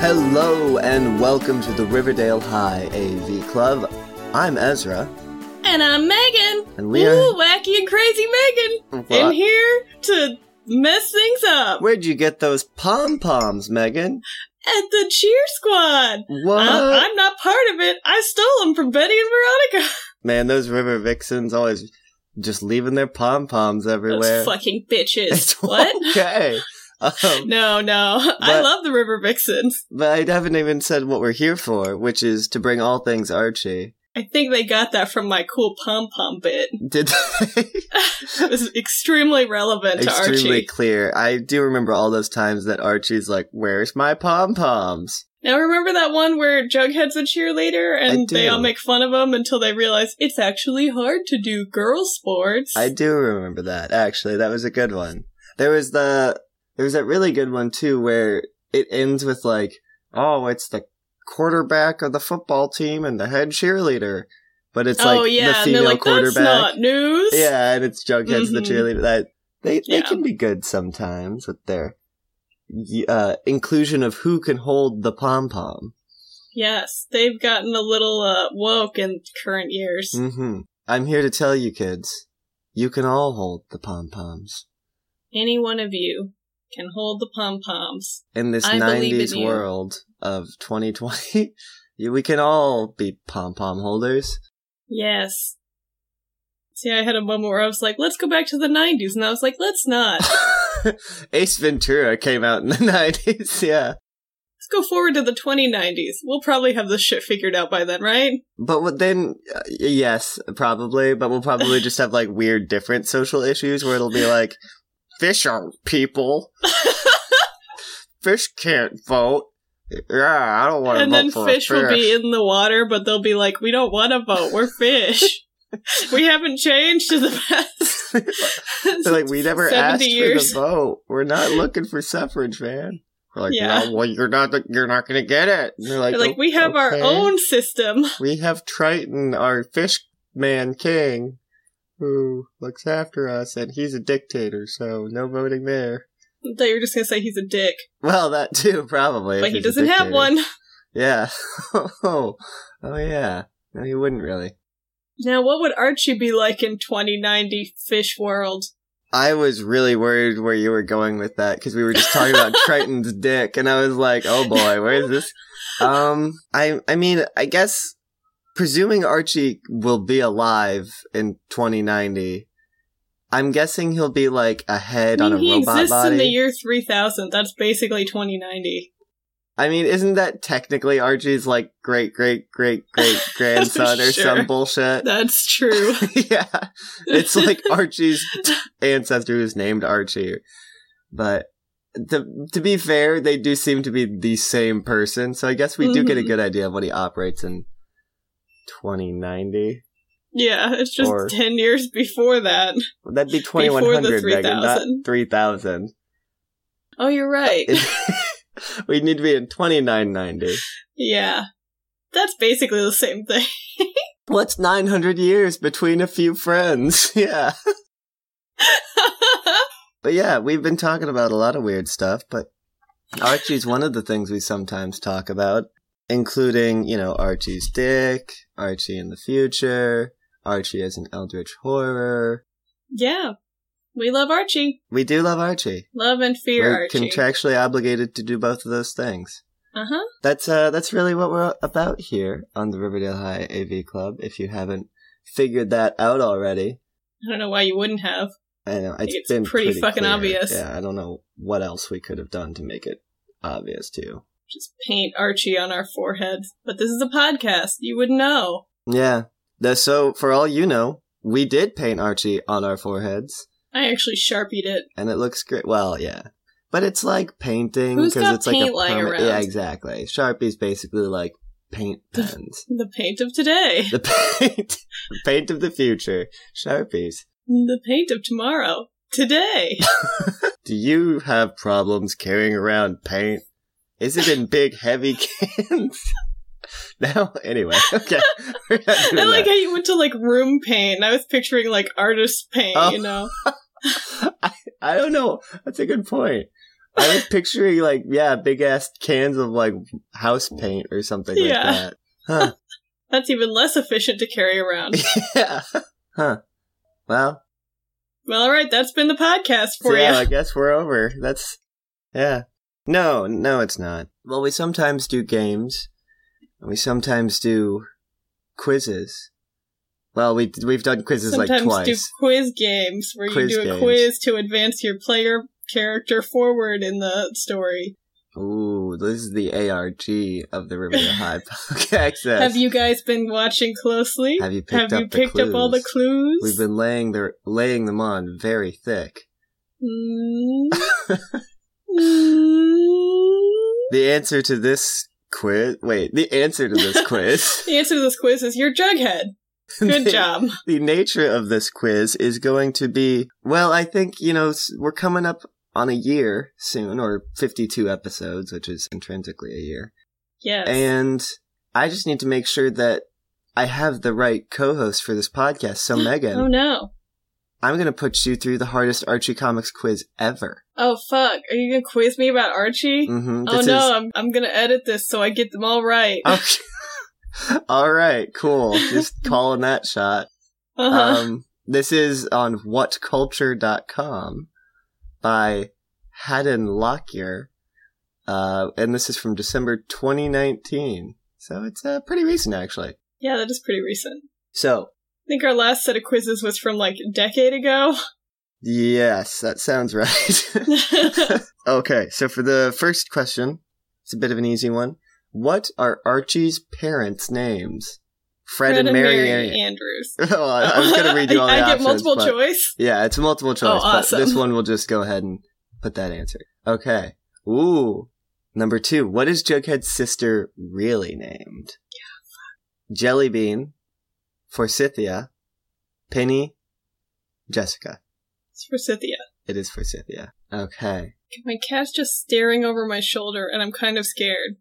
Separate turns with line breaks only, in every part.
Hello and welcome to the Riverdale High AV Club. I'm Ezra.
And I'm Megan.
And we are-
Ooh, wacky and crazy Megan.
What?
In here to mess things up
Where'd you get those pom poms, Megan?
at the cheer squad.
What?
I- I'm not part of it. I stole them from Betty and Veronica.
Man, those River Vixens always just leaving their pom poms everywhere.
Those fucking bitches.
It's
what?
okay. Um,
No, no. I
But-
love the River Vixens.
but I haven't even said what we're here for, which is to bring all things Archie.
I think they got that from my cool pom pom bit.
Did they?
It was extremely relevant to
extremely
Archie.
clear. I do remember all those times that Archie's like, "Where's my pom poms?"
Now remember that one where Jughead's a cheerleader and
I
they
do.
all make fun of him until they realize it's actually hard to do girl sports.
I do remember that actually. That was a good one. There was the there was that really good one too, where it ends with like, "Oh, it's the quarterback of the football team and the head cheerleader," but it's
oh
like
yeah,
the
and
female
they're like,
quarterback.
that's not news.
yeah, and it's Jughead's the
Mhm.
cheerleader. That they they
Yeah.
can be good sometimes with their y- uh, inclusion of who can hold the pom pom.
Yes, they've gotten a little uh, woke in current years.
Mm-hmm. I'm here to tell you, kids, you can all hold the pom poms
Any one of you can hold the pom poms.
in this
I believe in
90s
you.
world of 2020. you- we can all be pom pom holders.
Yes. See, I had a moment where I was like, "Let's go back to the '90s," and I was like, "Let's not. Let's
Ace Ventura came out in the 90s, yeah.
go forward to the 2090s. We'll probably have this shit figured out by then, right?"
But what then, uh, y- yes, probably, but we'll probably just have like weird different social issues where it'll be like, fish aren't people. fish can't vote. Yeah, I don't want to vote
and then
for
fish
a
will be in the water, but they'll be like, "We don't want to vote. We're fish. we haven't changed in the past."
They're like, we never
70
asked
years.
for the vote. We're not looking for suffrage, man. We're like,
Yeah.
no, well, you're not, you're not gonna get it. And they're like,
They're like, we have our
"Oh, "Okay.
own system.
We have Triton, our fish man king, who looks after us, and he's a dictator, so no voting there.
They were just gonna say he's a dick,
Well, that too, probably. if
but he
he's a
doesn't have
dictator.
one.
Yeah. oh, oh yeah. No, he wouldn't really.
Now, what would Archie be like in 2090 Fish World?
I was really worried where you were going with that because we were just talking about Triton's dick, and I was like, "Oh boy, where is this?" Um, I I mean, I guess presuming Archie will be alive in 2090, I'm guessing he'll be like a head
I mean,
on a
he
robot
exists
body.
in the year 3000. That's basically 2090.
I mean, isn't that technically Archie's like great great great great grandson or
Sure.
some bullshit?
That's true.
yeah, it's like Archie's ancestor who's named Archie. But to, to be fair, they do seem to be the same person, so I guess we do get a
Mhm.
good idea of what he operates in 2090.
yeah, it's just
Or-
10 years before that.
Well, that'd be
Before the
2100, Megan, not
3000.
3000.
Oh, you're right.
we need to be in 2990.
yeah. That's basically the same thing.
What's 900 years between a few friends? Yeah. But yeah, we've been talking about a lot of weird stuff, but Archie's one of the things we sometimes talk about, including, you know, Archie's dick, Archie in the future, Archie as an eldritch horror.
yeah. We love Archie. we
We do love Archie.
Love and fear
we're
Archie.
contractually obligated to do both of those things.
uh huh.
That's uh that's really what we're about here on the Riverdale High AV Club if you haven't figured that out already.
I don't know why you wouldn't have.
I know
It's
been
pretty fucking
clear.
obvious.
Yeah, I don't know what else we could have done to make it obvious too.
Just paint Archie on our foreheads. But this is a podcast. You would know.
Yeah. The- so, for all you know, we did paint Archie on our foreheads,
I actually sharpied it.
and it looks great. Well, yeah. But it's like painting
Who's
because
got
it's
paint
like a
lying around?
Yeah, exactly. Sharpie's basically like paint pens.
The paint of today.
the paint, the paint of the future. Sharpies.
The paint of tomorrow. Today.
Do you have problems carrying around paint? Is it in big heavy cans? no. Anyway, okay. We're not doing
I like
that.
how you went to like room paint. and I was picturing like artist paint,
Oh.
you know?
I, I don't know. That's a good point. I was picturing like yeah, big ass cans of like house paint or something
Yeah.
like that.
That's even less efficient to carry around.
Huh. yeah. Huh. Well,
well, all right, that's been the podcast
so
for
yeah,
you.
I guess we're over. That's yeah. No, no, it's not. Well, we sometimes do games, and we sometimes do quizzes. Well, we we've done quizzes like
Sometimes
twice.
do quiz games where
Quiz
you do a
games.
quiz to advance your player character forward in the story.
Ooh, this is the ARG of the Riverdale High podcast.
Have you guys been watching closely?
Have you picked up
you
the
picked up all the
clues?
clues?
We've been laying the laying them on very thick.
Mm. Mm.
The answer to this quiz. Wait, the answer to this quiz.
The answer to this quiz is you're Jughead. Good
the,
job.
The nature of this quiz is going to be well. I think you know s- we're coming up on a year soon, or fifty-two episodes, which is intrinsically a year.
Yes.
And I just need to make sure that I have the right co-host for this podcast. So Megan,
oh no.
I'm going to put you through the hardest Archie Comics quiz ever.
Oh fuck. Are you gonna quiz me about Archie?
Mm-hmm.
oh no, I'm I'm gonna edit this so I get them all right. Uh
Is... Okay. All right, cool. Just calling that shot.
huh.
Um, this is on whatculture.com by Haddon Lockyer. Uh, and this is from December 2019. So it's uh, pretty recent, actually.
yeah, that is pretty recent.
So,
I think our last set of quizzes was from like a decade ago.
yes, that sounds right. Okay, so for the first question, it's a bit of an easy one. What are Archie's parents' names? Fred, and Mary. Ann.
Andrews.
Oh, I, I was going to read you all the
I,
options.
get multiple
but-
choice.
Yeah, it's multiple choice,
Oh, awesome.
but this one we'll just go ahead and put that answer. Okay. Ooh. Number two. What is Jughead's sister really named? Jellybean, Forsythia, Penny, Jessica.
It's for Cynthia.
It is Forsythia. Okay.
My cat's just staring over my shoulder, and I'm kind of scared.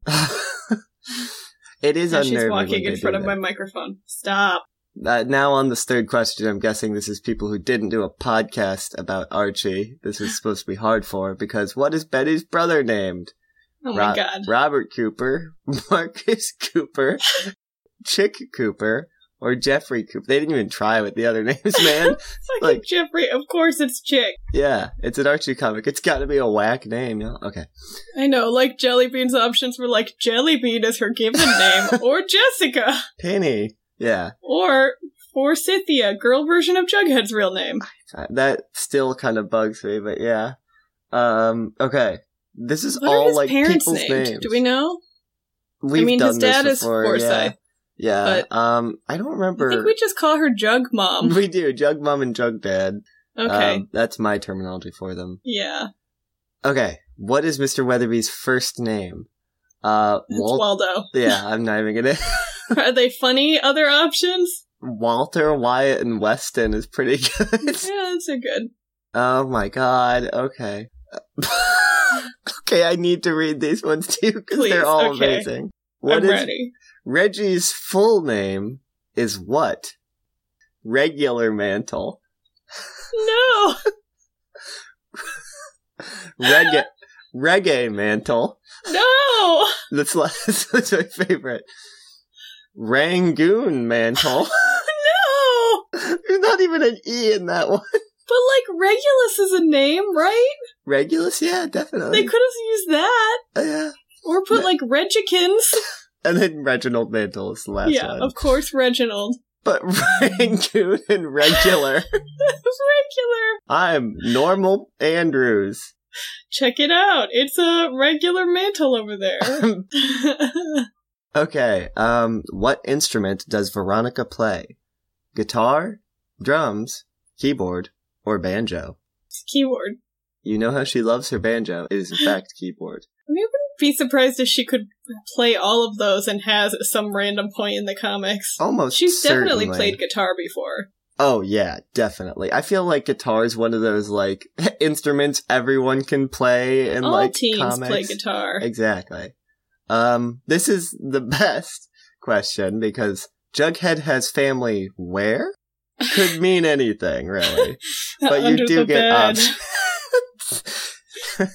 it is
And
unnerving.
she's
when
walking
they
in
do
front of my
that.
microphone. Stop.
Uh, now on this third question, I'm guessing this is people who didn't do a podcast about Archie. This was supposed to be hard for because what is Betty's brother named?
Oh
Ro-
my god.
Robert Cooper, Marcus Cooper, Chick Cooper, or Jeffrey Cooper? They didn't even try with the other names, man.
Fucking
like-
Jeffrey. Of course it's Chick.
yeah, it's an Archie comic. It's got to be a whack name. You know? Okay.
I know, like Jellybean's options were like Jellybean is her given name, or Jessica,
Penny. Yeah.
or for Cynthia, girl version of Jughead's real name.
Uh, That still kind of bugs me, but yeah. Um, okay. This is
What
all
are his
like
parents
people's
named?
names.
Do we know?
We've
I mean,
done
his dad
this
is
before,
Forsyth.
Yeah. yeah. um, I don't
I think
remember.
we just call her Jug Mom.
We do jug mom and jug dad.
Okay.
Um, that's my terminology for them.
yeah.
Okay. What is Mr. Weatherby's first name? Uh,
It's
Wal-
Waldo.
yeah, I'm not even gonna.
Are they funny other options?
Walter Wyatt and Weston is pretty good.
Yeah, that's a good.
Oh my god, okay. okay, I need to read these ones too because
Please,
they're all
okay.
amazing. What
I'm
is
ready.
Reggie's full name is what? Regular mantle.
No!
Reggae reggae mantle.
No!
That's, la- that's my favorite. Rangoon mantle.
No!
There's not even an E in that one.
But like Regulus is a name, right?
Regulus, yeah,
They
definitely. Oh,
could have used that.
yeah.
Or put
No.
like Regikins.
And then Reginald Mantle is the last
yeah,
one.
of course, Reginald.
but Rangoon and regular.
regular.
I'm normal Andrews.
Check it out. It's a regular mantle over there.
okay, um, what instrument does Veronica play? Guitar, drums, keyboard, or banjo?
it's keyboard.
You know how she loves her banjo. It is in fact keyboard.
Be surprised if she could play all of those and has at some random point in the comics.
Almost
She's definitely
Oh, certainly.
played guitar before.
Oh yeah, definitely. I feel like guitar is one of those like instruments everyone can play and
all
like
teens
comics.
play guitar.
Exactly. Um, this is the best question because Jughead has family where could mean anything really, but you
Under
do
the
get
bed.
options.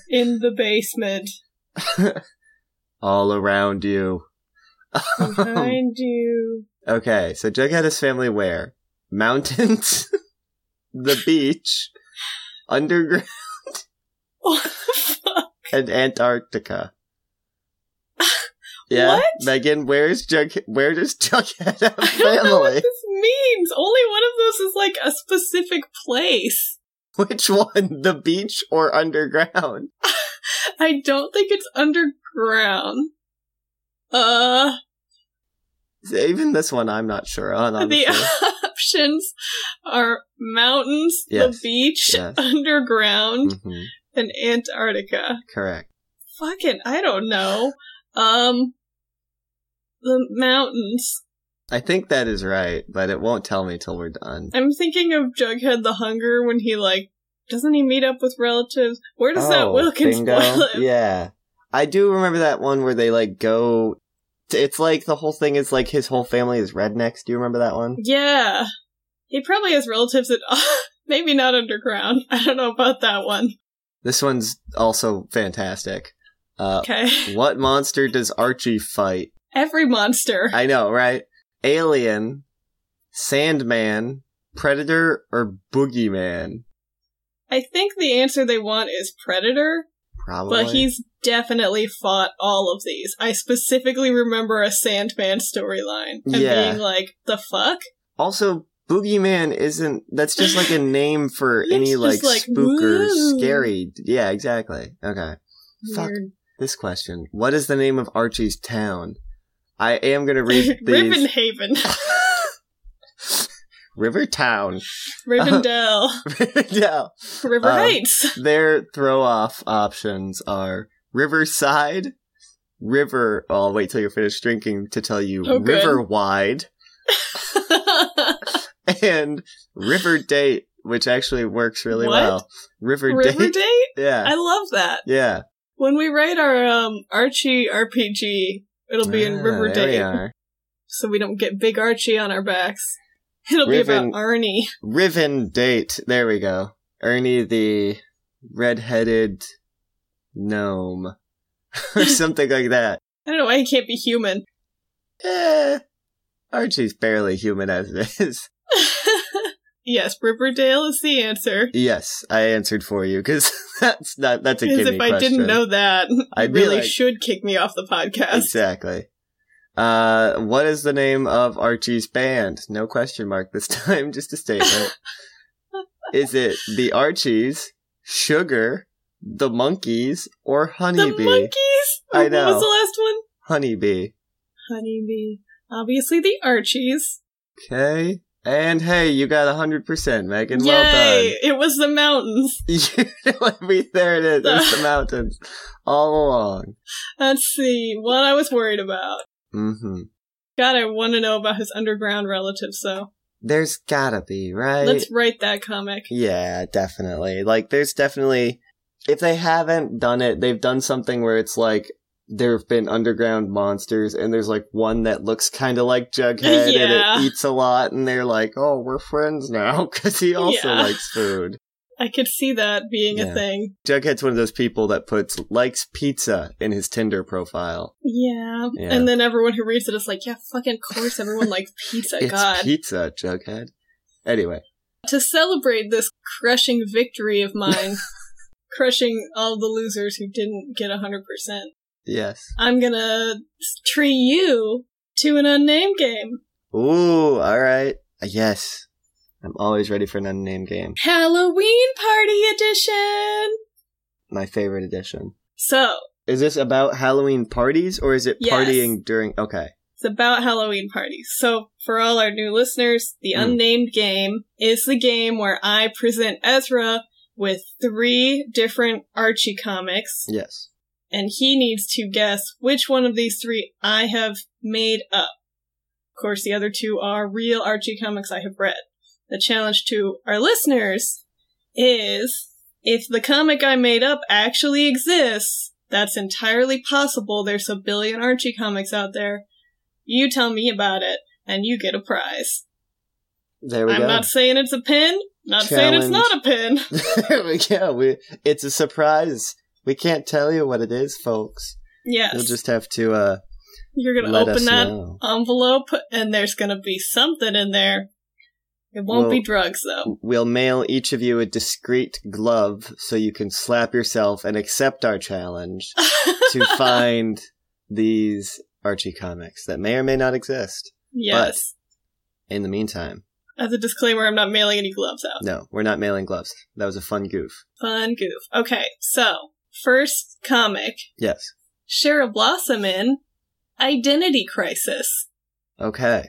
in the basement
all around you. Um.
behind you.
okay, so Jughead has family where? Mountains, the beach, underground,
What the fuck?
and Antarctica. Yeah,
What?
Megan, where's Jug? Where does Jughead have
I don't know what
family?
this means. Only one of those is like a specific place.
Which one, the beach or underground?
I don't think it's underground. Uh,
Even this one, I'm not sure on. Honestly.
the options are mountains,
Yes.
the beach,
Yes.
underground,
Mhm,
and Antarctica.
correct.
Fucking, I don't know. Um, the mountains.
I think that is right, but it won't tell me till we're done.
I'm thinking of Jughead the Hunger when he like doesn't he meet up with relatives? Where does that Wilkins boy
Oh, bingo.
live?
Yeah. I do remember that one where they like go it's like the whole thing is like his whole family is rednecks. Do you remember that one?
Yeah. He probably has relatives at maybe not underground. I don't know about that one.
This one's also fantastic. Uh
Okay.
what monster does Archie fight?
Every monster.
I know, right? Alien, Sandman, Predator, or Boogeyman?
I think the answer they want is predator,
Probably.
but he's definitely fought all of these. I specifically remember a Sandman storyline and
Yeah.
being like, "The fuck?"
also Boogeyman isn't that's just like a name for
It's
any
just
like,
like,
spook or
woo.
scary. Yeah, exactly. Okay. Fuck.
Weird.
this question. What is the name of Archie's town? I am going to read these.
Ribbonhaven,
River Town.
Rivendell,
Um, yeah.
River
Um,
Heights.
Their throw off options are Riverside, River. I'll wait till you're finished drinking to tell you
Oh, good.
Riverwide, and River Date, which actually works really
What?
well. River,
River
Date?
Date?
Yeah.
I love that.
yeah.
When we write our um, Archie RPG, it'll be in
Ah,
River
there we
Date,
are.
so we don't get big Archie on our backs. It'll be
Riven-
about Arnie.
Riven date. There we go. Ernie the red-headed gnome, or something like that.
I don't know why he can't be human.
Eh, Archie's barely human as it is.
yes, Riverdale is the answer.
Yes, I answered for you because that's not that's a
Because
gimme
if I didn't
question.
know that,
I'd
you
be
really
like-
should kick me off the podcast.
exactly. Uh, what is the name of Archie's band? No question mark this time. Just a statement. is it the Archies, Sugar, the Monkeys, or
The
Honeybee?
monkeys.
I
What
know.
was the last one?
Honeybee.
Honeybee. Obviously, the Archies.
Okay. And hey, you got 100%, Megan.
Yay!
Well
It was the mountains.
done. You know me. There it is. It's the mountains. All along.
Let's see what I was worried about.
hmm
God, I want to know about his underground relatives, though.
There's gotta be, right?
Let's write that comic.
Yeah, definitely. Like, there's definitely. If they haven't done it, they've done something where it's like there have been underground monsters, and there's like one that looks kind of like Jughead,
Yeah.
and it eats a lot, and they're like, "Oh, we're friends now," because he also
Yeah.
likes food.
I could see that being
Yeah.
a thing.
Jughead's one of those people that puts likes pizza in his Tinder profile.
Yeah.
Yeah.
And then everyone who reads it is like, yeah, fucking course everyone likes pizza,
it's
Oh, God.
pizza, Jughead. Anyway,
to celebrate this crushing victory of mine, crushing all the losers who didn't get 100%,
yes.
I'm gonna tree you to an unnamed game.
Ooh, all right. Yes. I'm always ready for an unnamed game.
Halloween Party Edition!
My favorite edition.
So,
Is this about Halloween parties or is it
Yes.
partying during Okay.
it's about Halloween parties. So, for all our new listeners, the
Hmm.
unnamed game is the game where I present Ezra with three different Archie comics,
Yes.
and he needs to guess which one of these three I have made up. Of course, the other two are real Archie comics I have read. The challenge to our listeners is if the comic I made up actually exists, that's entirely possible. There's a billion Archie comics out there. You tell me about it, and you get a prize.
There we
I'm
go.
not saying it's a pin, not saying it's
Challenge.
not a pin.
there we go. We, it's a surprise We can't tell you what it is, folks.
Yes.
You'll just have to uh,
You're going to
let us
open that
know.
envelope, and there's going to be something in there. It won't be
Well-
drugs, though.
We'll mail each of you a discreet glove so you can slap yourself and accept our challenge to find these Archie comics that may or may not exist.
yes.
In the meantime,
As a disclaimer, I'm not mailing any gloves out.
no, we're not mailing gloves. That was a fun goof.
Fun goof. Okay, so first comic
Yes.
Cheryl Blossom in Identity Crisis.
Okay.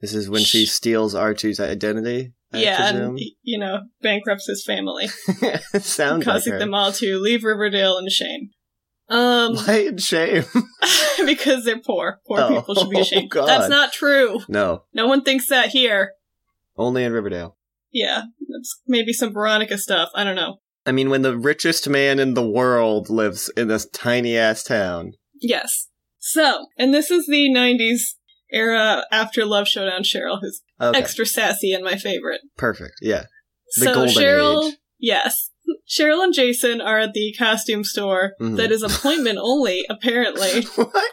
This is when she steals Archie's identity. I
yeah,
presume?
and, you know, bankrupts his family,
sounds like
causing
her.
them all to leave Riverdale in shame. Um,
Light shame.
because they're poor. Poor
Oh,
people should be ashamed.
God.
That's not true.
no,
No one thinks that here.
only in Riverdale.
Yeah, that's maybe some Veronica stuff. I don't know.
I mean, when the richest man in the world lives in this tiny ass town.
Yes. So, and this is the 90s era after Love Showdown Cheryl, who's
Okay,
extra sassy and my favorite.
perfect. Yeah, The
so
golden
Cheryl,
age.
yes, Cheryl and Jason are at the costume store
Mhm.
that is appointment only. Apparently,
what?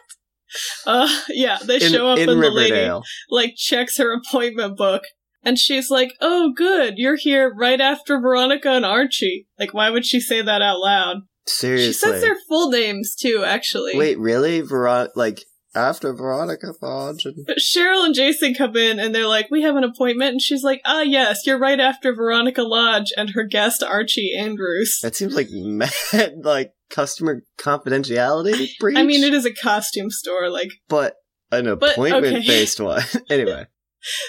uh, yeah, they
In,
show up
in
and the lady
Riverdale.
like checks her appointment book, and she's like, "Oh, good, you're here right after Veronica and Archie." Like, why would she say that out loud?
Seriously.
She says their full names too, actually.
Wait, really? Veron like after Veronica Fudge and
But Cheryl and Jason come in and they're like, "We have an appointment," and she's like, "Ah, yes, you're right after Veronica Lodge and her guest Archie Andrews."
that seems like mad like customer confidentiality breach.
I mean, it is a costume store, like
but an
But, okay.
appointment based one. anyway.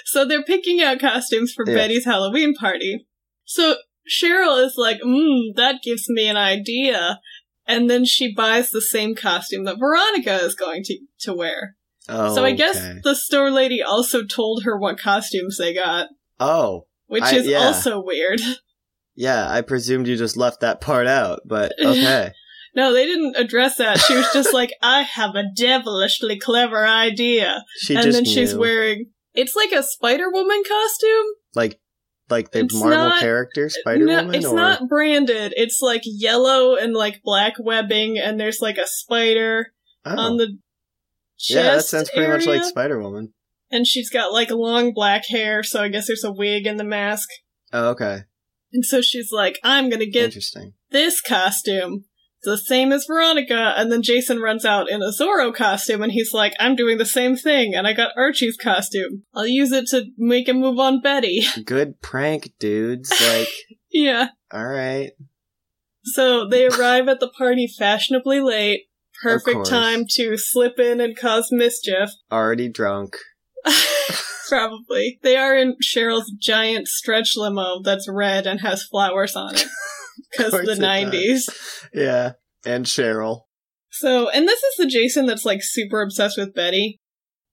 So they're picking out costumes for
Yeah.
Betty's Halloween party. So Cheryl is like, mm, that gives me an idea. And then she buys the same costume that Veronica is going to, to wear.
Oh,
So I guess
okay.
the store lady also told her what costumes they got,
Oh,
which
I-
is
yeah.
also weird.
yeah. I presumed you just left that part out, but okay.
No, they didn't address that. She was just like, I have a devilishly clever idea.
She
and
just
then she's
knew.
wearing, it's like a Spider Woman costume.
like like the
It's
Marvel
not-
character Spider Woman.
No, it's
or...
not branded. It's like yellow and like black webbing, and there's like a spider
Oh.
on the chest.
yeah, that sounds pretty much like
area.
Spider Woman.
And she's got like long black hair, so I guess there's a wig and the mask.
Oh, okay,
And so she's like, "I'm gonna get
interesting.
this costume." It's The same as Veronica, and then Jason runs out in a Zorro costume, and he's like, "I'm doing the same thing, and I got Archie's costume. I'll use it to make a move on Betty."
Good prank, dudes. Like,
yeah,
all right,
So they arrive at the party fashionably late.
Of
Perfect
course.
time to slip in and cause mischief.
already drunk.
Probably. They are in Cheryl's giant stretch limo that's red and has flowers on it. Because
course
the
it does.
90s.
Yeah, and Cheryl.
So, and this is the Jason that's like super obsessed with Betty.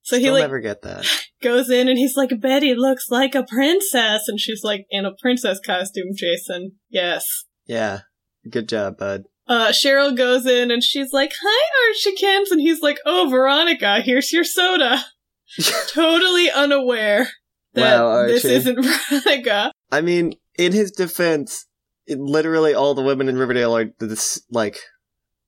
So he
He'll
like
never get that.
goes in and he's like, Betty looks like a princess. And she's like, in a princess costume, Jason. Yes.
Yeah, good job, bud.
Uh, Cheryl goes in and she's like, "Hi, Archikins," and he's like, "Oh, Veronica, here's your soda." totally unaware that
Wow,
this
Archie.
isn't Veronica.
I mean, in his defense, it, literally all the women in Riverdale are this like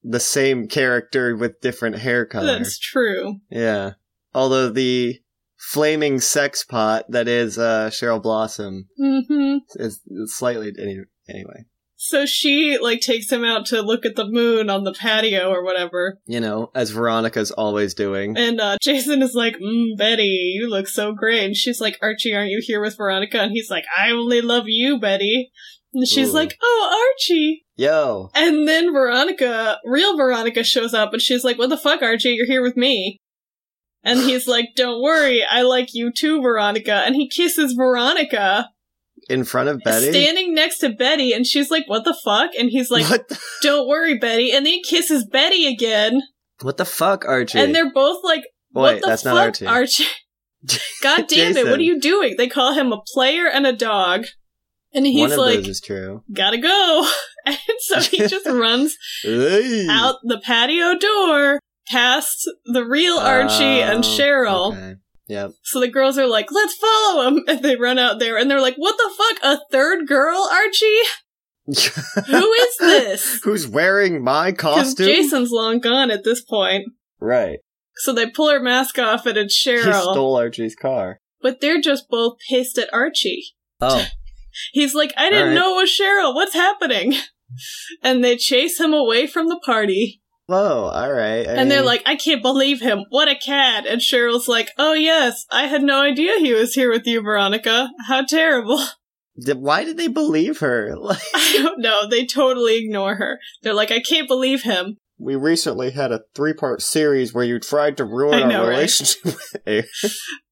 the same character with different hair color.
That's true.
Yeah. Although the flaming sex pot that is uh, Cheryl Blossom
hmm
is slightly any, anyway.
So she like takes him out to look at the moon on the patio or whatever,
You know, as Veronica's always doing.
and uh, Jason is like, mm, "Betty, you look so great." And she's like, "Archie, aren't you here with Veronica?" And he's like, "I only love you, Betty." And she's
Ooh.
like, "Oh, Archie."
Yo,
And then Veronica, real Veronica, shows up and she's like, What the fuck, Archie? You're here with me. And he's like, Don't worry, I like you too, Veronica. And he kisses Veronica,
in front of Betty.
standing next to Betty, and she's like, What the fuck? And he's like,
what, the,
Don't worry, Betty. And then he kisses Betty again.
what the fuck, Archie?
And they're both like, What
Wait,
the
that's
fuck,
not Archie.
Archie? God damn it, what
Jason.
are you doing? They call him a player and a dog. And
One
he's
of
like,
those is true.
Gotta go. And so he just runs out the patio door past the real Archie and
Oh,
Cheryl.
Okay. Yep.
So the girls are like, let's follow him. And they run out there and they're like, what the fuck? A third girl, Archie? Who is this?
Who's wearing my
Because
costume?
Jason's long gone at this point.
right.
So they pull her mask off and it's
He
Cheryl.
stole Archie's car.
but they're just both pissed at Archie.
Oh.
He's like, I didn't
Alright.
know it was Cheryl. What's happening? And they chase him away from the party.
Whoa, alright.
and they're like, I can't believe him. What a cad. And Cheryl's like, Oh, yes. I had no idea he was here with you, Veronica. How terrible.
why did they believe her? Like,
I don't know. They totally ignore her. They're like, I can't believe him.
we recently had a three part series where you tried to
I
ruin
know,
our
right?
relationship with me.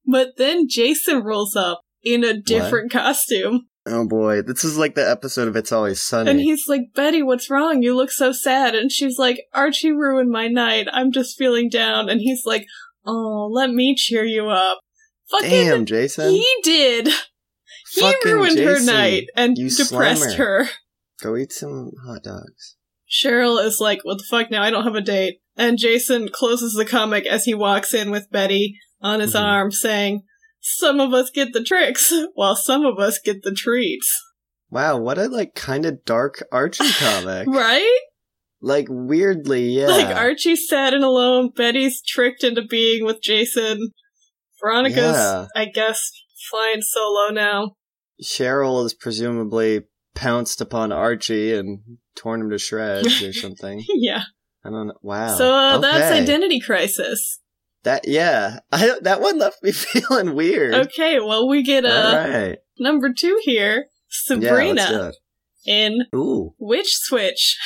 But then Jason rolls up in a different costume.
Oh boy, this is like the episode of It's Always Sunny.
And he's like, Betty, what's wrong? You look so sad. And she's like, Archie ruined my night. I'm just feeling down. And he's like, Oh, let me cheer you up. Fucking
Damn, Jason.
he did. He
Fucking
ruined her
Jason.
night and
you
depressed
slammer.
her.
Go eat some hot dogs.
Cheryl is like, What the fuck now? I don't have a date. And Jason closes the comic as he walks in with Betty on his
Mhm.
arm saying, Some of us get the tricks, while some of us get the treats.
Wow, what a like kind of dark Archie comic.
Right?
Like weirdly, yeah.
Like Archie's sad and alone. Betty's tricked into being with Jason. Veronica's,
Yeah.
I guess, flying solo now.
Cheryl is presumably pounced upon Archie and torn him to shreds or something.
yeah.
I don't know. Wow.
so uh, that's
Okay.
identity crisis.
That yeah, I don't- that one left me feeling weird.
Okay, well we get a
All right.
number two
Yeah,
here, Sabrina
let's do it.
in
Ooh.
Witch Switch.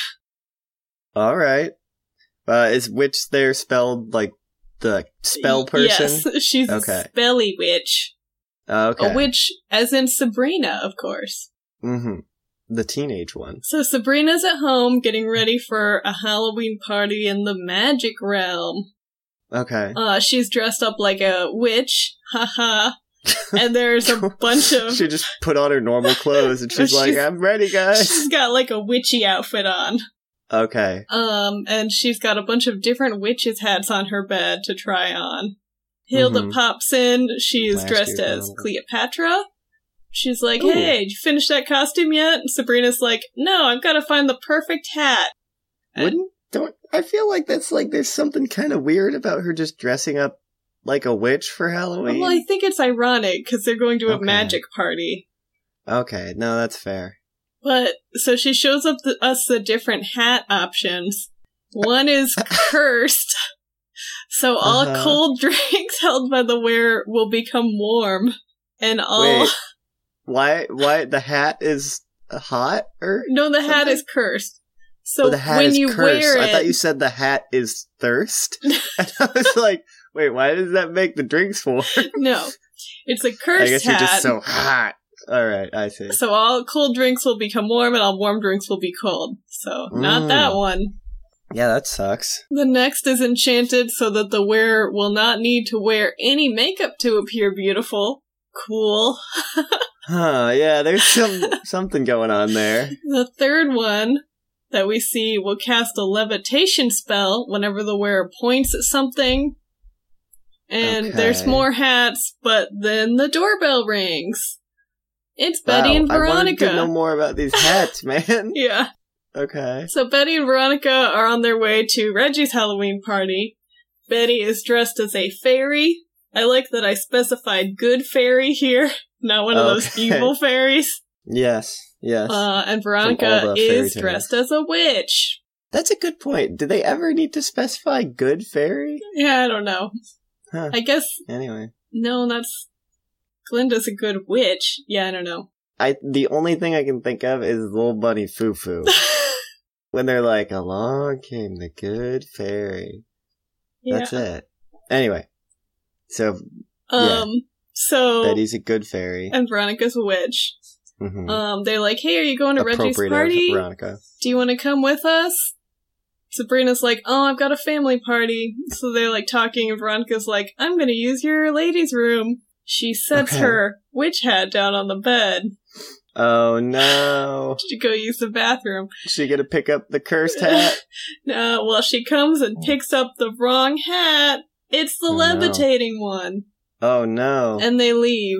All right. Uh, is which there spelled like the spell person?
Yes, Oh, she's
Okay.
a spelly witch.
Uh, okay.
A witch, as in Sabrina, of course.
mm-hmm. The teenage one.
So Sabrina's at home getting ready for a Halloween party in the magic realm.
Okay.
Uh, she's dressed up like a witch, haha. and there's a bunch of. Oh,
she just put on her normal clothes and she's, like,
She's-
"I'm ready, guys."
She's got like a witchy outfit on.
Okay.
Um, and she's got a bunch of different witches' hats on her bed to try on. Hilda
Mhm.
pops in. She's
Last
dressed
year's
as
model.
Cleopatra. She's like,
Ooh.
"Hey, did you finish that costume yet?" And Sabrina's like, "No, I've got to find the perfect hat." And-
Wouldn't don't I feel like that's like there's something kind of weird about her just dressing up like a witch for Halloween.
Well, I think it's ironic because they're going to a
Okay.
magic party.
okay, no, that's fair.
But so she shows up the, us the different hat options. One is cursed, so all
Uh-huh.
cold drinks held by the wearer will become warm, and all
Wait, why? Why the hat is hot or
no, the hat
something?
is cursed. So
oh, the hat
when
is
you
cursed?
wear it,
I thought you said the hat is thirst, and I was like, wait, why does that make the drinks warm?
no, it's a
I
cursed
guess
hat.
you're just so hot. All right, I see.
So all cold drinks will become warm, and all warm drinks will be cold. So not
Mm.
that one.
Yeah, that sucks.
The next is enchanted so that the wearer will not need to wear any makeup to appear beautiful. Cool.
Huh? Yeah, there's some something going on there.
The third one that we see will cast a levitation spell whenever the wearer points at something. And
Okay.
there's more hats, but then the doorbell rings. It's Betty
Wow,
and
I wanted
Veronica.
to know more about these hats, man.
yeah.
Okay.
So Betty and Veronica are on their way to Reggie's Halloween party. Betty is dressed as a fairy. I like that I specified good fairy here, not one of those
Okay.
evil fairies.
Yes. Yes.
Uh, and
From
Veronica
all the fairy
is
tales.
dressed as a witch.
That's a good point. Did they ever need to specify good fairy?
Yeah, I don't know.
Huh.
I guess
Anyway,
no, that's Glinda's a good witch. Yeah, I don't know.
I the only thing I can think of is Little Bunny Foo Foo when they're like, "Along came the good fairy."
yeah.
That's it. Anyway, so
Um so
Betty's a good fairy.
and Veronica's a witch.
hmm
Um they're like, "Hey, are you going to Reggie's
Appropriate
party?"
of Veronica.
do you want to come with us? Sabrina's like, oh, I've got a family party. So they're like talking, and Veronica's like, I'm going to use your ladies' room. She sets
Okay.
her witch hat down on the bed
Oh no!
to go use the bathroom.
She gonna pick up the cursed hat?
Uh, well, she comes and picks up the wrong hat. It's the
Oh, no.
levitating one.
Oh no!
And they leave.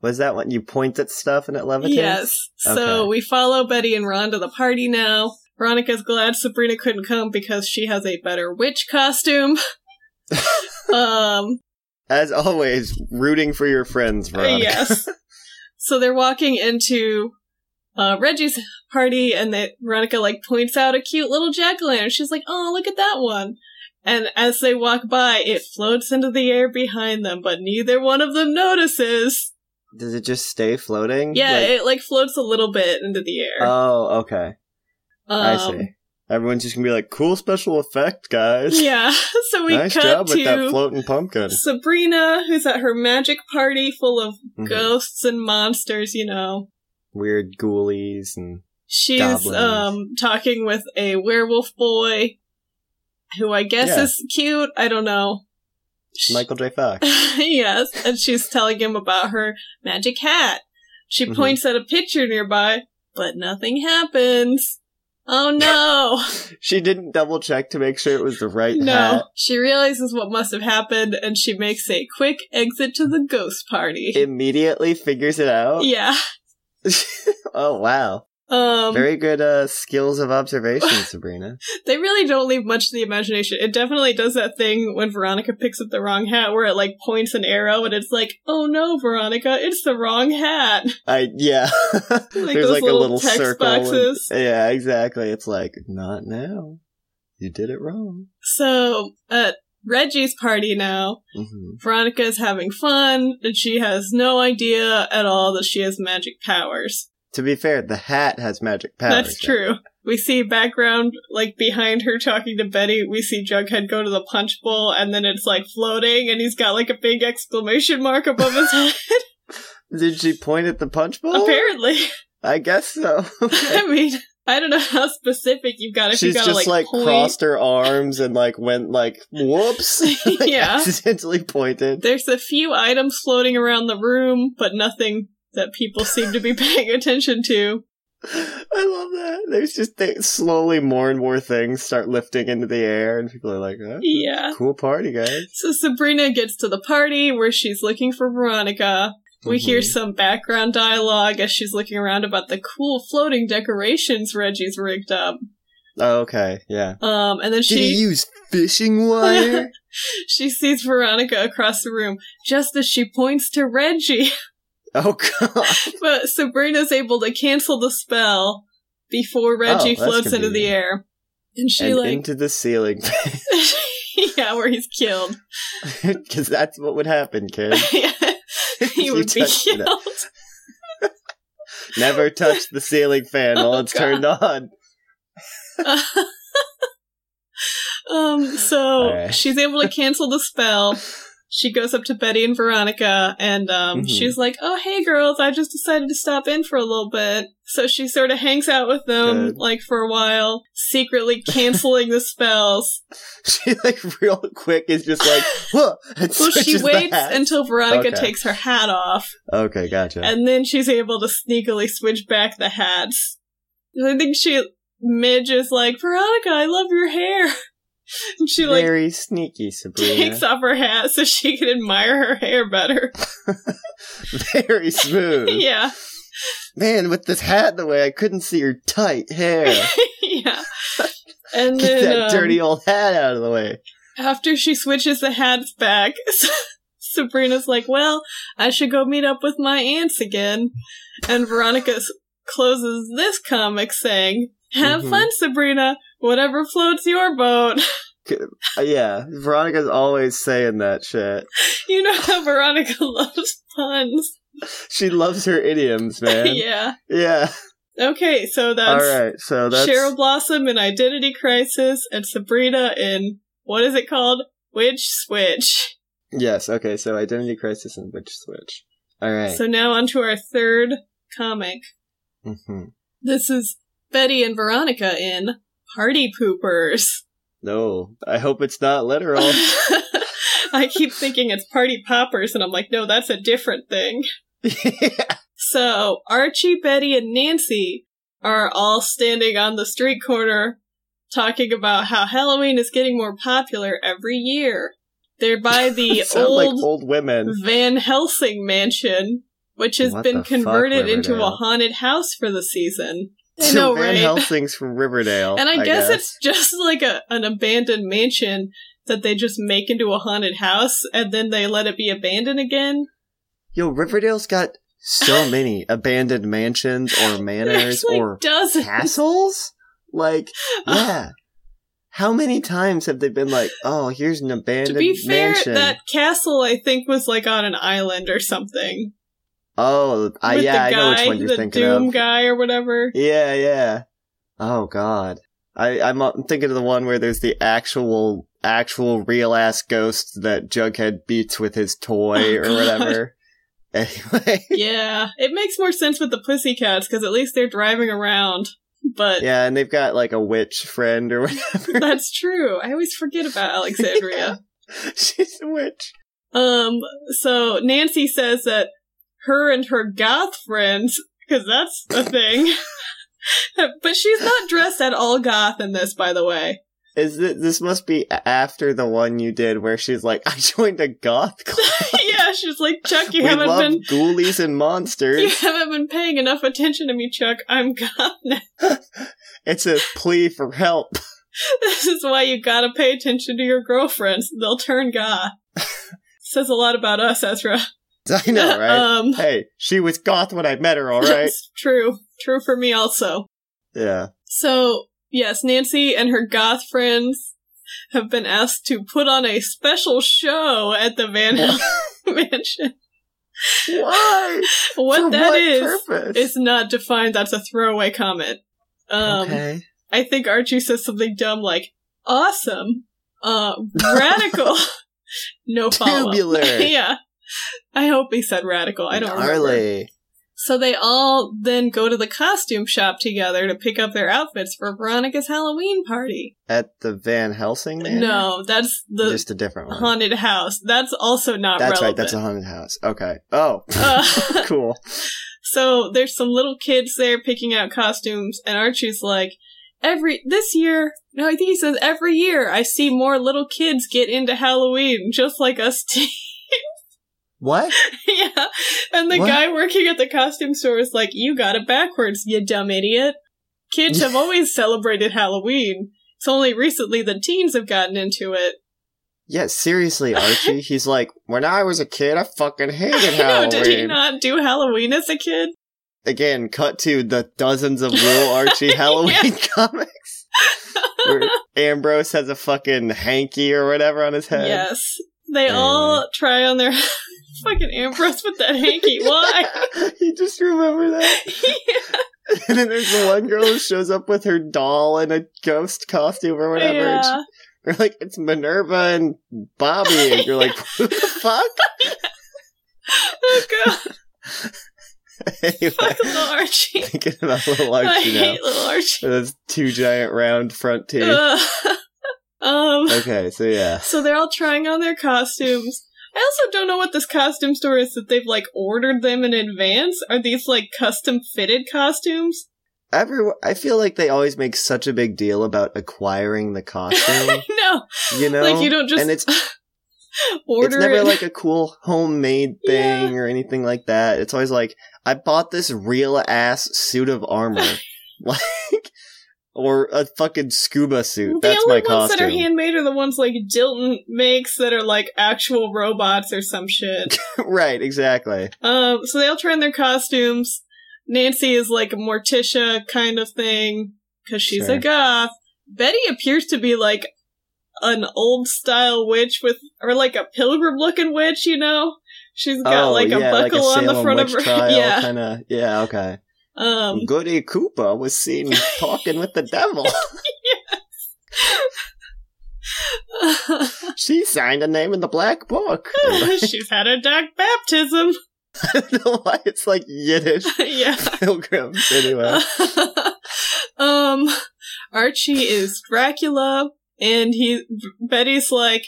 Was that when you point at stuff and it levitates?
Yes. So
Okay.
we follow Betty and Ron to the party now. Veronica's glad Sabrina couldn't come because she has a better witch costume. um,
As always, rooting for your friends,
Uh,
Veronica.
yes. So they're walking into uh, Reggie's party, and that Veronica like points out a cute little jack o' lantern. She's like, "Oh, look at that one!" And as they walk by, it floats into the air behind them, but neither one of them notices.
Does it just stay floating?
Yeah,
Mm, Like-
it like floats a little bit into the air.
oh, okay. I
Um,
see. Everyone's just gonna be like, "Cool special effect, guys."
Yeah. So we
nice
cut
job
to
with that floating pumpkin.
Sabrina, who's at her magic party full of
Mhm.
ghosts and monsters. You know,
Weird ghoulies and
She's
Goblins.
um talking with a werewolf boy who I guess
Yeah.
is cute. I don't know. Sh-
Michael J. Fox.
yes, and she's telling him about her magic hat. She
Mhm.
points at a picture nearby, but nothing happens. Oh no.
she didn't double check to make sure it was the right
no.
hat.
She realizes what must have happened and she makes a quick exit to the ghost party.
Immediately figures it out.
yeah.
oh wow!
Um
Very good uh, skills of observation, Sabrina.
They really don't leave much to the imagination. It definitely does that thing when Veronica picks up the wrong hat where it like points an arrow and it's like, oh no, Veronica, it's the wrong hat.
I yeah. There's
those
like a
little
little
text
circle. and-
boxes.
yeah, exactly. It's like not now. You did it wrong.
So at Reggie's party now,
hmm
Veronica is having fun and she has no idea at all that she has magic powers.
To be fair, the hat has magic powers.
That's true. We see background, like behind her talking to Betty, we see Jughead go to the punch bowl and then it's like floating and he's got like a big exclamation mark above his head,
Did she point at the punch bowl?
apparently.
I guess so.
I mean, I don't know how specific you've got. If
She's
you got
just like,
like, point.
crossed her arms and like went like whoops. like,
Yeah.
Accidentally pointed.
There's a few items floating around the room, but nothing that people seem to be paying attention to.
I love that. There's just th- slowly more and more things start lifting into the air, and people are like, huh?
Yeah.
"Cool party, guys."
So Sabrina gets to the party where she's looking for Veronica. We hear
Mhm.
some background dialogue as she's looking around about the cool floating decorations Reggie's rigged up.
Oh, okay, yeah.
Um, and then
Did he
she
use fishing wire?
she sees Veronica across the room just as she points to Reggie.
oh god.
But Sabrina's able to cancel the spell before Reggie
Oh, that's
floats into the
convenient.
air. And she
and
like
into the ceiling
Yeah, where he's killed.
because that's what would happen, kid. If
he
you
would be
touched it
killed.
up. Never touch the ceiling fan while it's
Oh, God.
turned on.
um so
Alright.
she's able to cancel the spell. She goes up to Betty and Veronica and um
Mhm.
she's like, "Oh, hey girls, I just decided to stop in for a little bit." So she sort of hangs out with them
Good.
like for a while, secretly canceling the spells.
She like real quick is just like, whoa, and
Well, she
switches the
waits
hat.
until Veronica
Okay.
takes her hat off,
Okay, gotcha.
and then she's able to sneakily switch back the hats. And I think she Midge is like, Veronica, I love your hair. And she like
Very sneaky, Sabrina.
takes off her hat so she can admire her hair better.
Very smooth.
yeah,
Man, with this hat in the way, I couldn't see your tight hair.
yeah. And
Get
then
that
um,
dirty old hat out of the way.
after she switches the hats back, Sabrina's like, "Well, I should go meet up with my aunts again." And Veronica s- closes this comic saying, "Have
Mhm.
fun, Sabrina. Whatever floats your boat."
Uh, yeah, Veronica's always saying that shit.
you know how Veronica loves puns.
She loves her idioms, man.
yeah.
Yeah.
Okay, so
All
that's,
right. So that's
Cheryl Blossom in Identity Crisis and Sabrina in what is it called? Witch Switch.
yes. Okay. So identity crisis and witch switch. All right.
So now on to our third comic.
hmm
This is Betty and Veronica in Party Poopers.
No, I hope it's not literal.
I keep thinking it's Party Poppers, and I'm like, no, that's a different thing.
yeah.
So, Archie, Betty, and Nancy are all standing on the street corner talking about how Halloween is getting more popular every year. They're by the
Sound like
old
old women.
Van Helsing mansion, which has
What
been
the fuck,
converted into a
Riverdale?
haunted house for the season. I
to
know,
Van
right?
Helsing's from Riverdale.
and I, guess, it's just like a, an abandoned mansion that they just make into a haunted house and then they let it be abandoned again.
yo Riverdale's got so many abandoned mansions or manors
There's like
or
dozens.
castles. Like yeah, how many times have they been like, oh, here's an
to
abandoned
be fair,
mansion?
that castle I think was like on an island or something.
oh, I,
with
yeah,
the
I
guy,
know which one you're
the
thinking
Doom
of.
guy or whatever.
Yeah, yeah. Oh God, I, I'm, uh, thinking of the one where there's the actual, actual real ass ghost that Jughead beats with his toy
Oh,
or
God.
whatever. Anyway,
yeah, it makes more sense with the pussycats because at least they're driving around. But
yeah, and they've got like a witch friend or whatever.
that's true. I always forget about Alexandria.
She's a witch.
Um, so Nancy says that her and her goth friends, because that's a thing. but she's not dressed at all goth in this, by the way.
Is this, this must be a- after the one you did where she's like, I joined a goth club.
yeah, she's like, Chuck, you
we
haven't
love
been
ghoulies and monsters.
you haven't been paying enough attention to me, Chuck. I'm goth now.
It's a plea for help.
This is why you gotta pay attention to your girlfriends. They'll turn goth. Says a lot about us, Ezra.
I know, right?
um
hey, she was goth when I met her, all right?
it's true. True for me also.
yeah.
So, yes, Nancy and her goth friends have been asked to put on a special show at the Van Helsing mansion.
Why? For
What that is
purpose?
it's not defined. That's a throwaway comment. Um,
okay.
I think Archie says something dumb like, awesome, uh, radical, no follow
Tubular.
yeah. I hope he said radical. I don't remember.
Gnarly.
So they all then go to the costume shop together to pick up their outfits for Veronica's Halloween party.
At the Van Helsing man?
No, that's the
Just a different one.
haunted house. That's also not
that's right,
relevant.
that's a haunted house. Okay. Oh.
Uh,
cool.
so there's some little kids there picking out costumes, and Archie's like, every this year. No, I think he says every year I see more little kids get into Halloween, just like us. T-.
What?
yeah, and the
What?
guy working at the costume store is like, "You got it backwards, you dumb idiot." Kids have always celebrated Halloween. It's only recently the teens have gotten into it.
Yeah, seriously, Archie. He's like, when I was a kid, I fucking hated
I know,
Halloween.
did he not do Halloween as a kid?
Again, cut to the dozens of little Archie Halloween comics. Where Ambrose has a fucking hanky or whatever on his head.
Yes. They all try on their fucking Ambrose with that hanky. Why?
you just remember that. And then there's the one girl who shows up with her doll and a ghost costume or whatever. and she-
yeah.
they're like, it's Minerva and Bobby. And you're like, who the fuck?
Oh god,
Anyway,
fuck little Archie.
thinking about little
I
Archie now.
hate little Archie.
With his two giant round front teeth.
Ugh. um
okay, so yeah.
so they're all trying on their costumes. I also don't know what this costume store is that they've like ordered them in advance. Are these like custom fitted costumes?
Every, I feel like they always make such a big deal about acquiring the costume,
No.
you know?
Like you don't just
and it's
order
it's never
it.
like a cool homemade
Yeah.
thing or anything like that. It's always like I bought this real ass suit of armor, like or a fucking scuba suit.
the
That's
only
my
ones that are
costume.
handmade are the ones like Dilton makes that are like actual robots or some shit.
right, exactly.
um, so they all try on their costumes. Nancy is like a Morticia kind of thing because she's a
Sure.
goth. Betty appears to be like an old style witch with, or like a pilgrim looking witch. You know, she's got
oh
like a
yeah,
buckle
like a
on the
Salem
front of
witch
her.
trial
yeah.
kind of. Yeah, okay.
Um,
Goody Koopa was seen talking with the devil. she signed a name in the black book. I
she's had a dark baptism.
don't know why it's like Yiddish
yeah.
pilgrims. Anyway,
um, Archie is Dracula, and he Betty's like,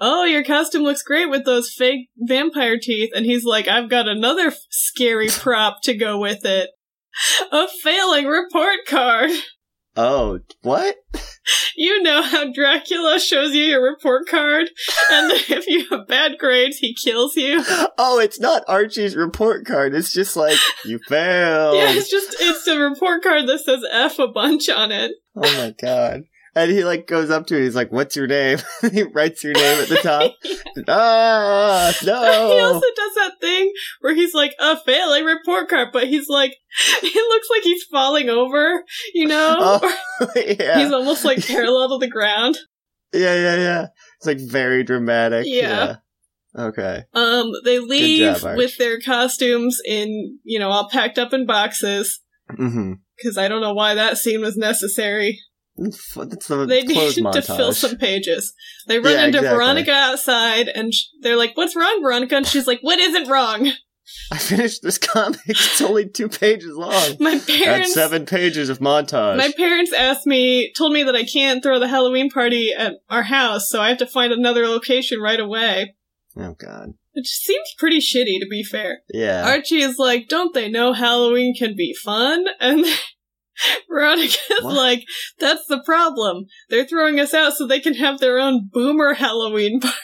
"Oh, your costume looks great with those fake vampire teeth," and he's like, "I've got another f- scary prop to go with it." A failing report card.
Oh, what?
You know how Dracula shows you your report card, and then if you have bad grades, he kills you.
Oh, it's not Archie's report card. It's just like you failed.
Yeah, it's just it's a report card that says F a bunch on it.
Oh my god. And he like goes up to it. He's like, "What's your name?" he writes your name at the top. Ah,
He
no.
also does that thing where he's like a failing report card, but he's like he looks like he's falling over, you know?
Oh, yeah.
He's almost like parallel to the ground.
yeah, yeah, yeah. It's like very dramatic.
Yeah.
yeah. Okay.
Um, they leave
job, Arch.
with their costumes in, you know, all packed up in boxes.
Mm-hmm.
Because I don't know why that scene was necessary.
That's the
They
Mm, clothes
needed to
montage.
fill some pages. They run
Yeah,
into
exactly.
Veronica outside, and sh- they're like, "What's wrong, Veronica?" And she's like, "What isn't wrong?
I finished this comic. It's only two pages long.
My
That's
parents,
seven pages of montage.
my parents asked me, told me that I can't throw the Halloween party at our house, so I have to find another location right away."
oh God.
Which seems pretty shitty, to be fair.
Yeah.
Archie is like, don't they know Halloween can be fun? And Veronica's
What?
like, that's the problem. They're throwing us out so they can have their own boomer Halloween party.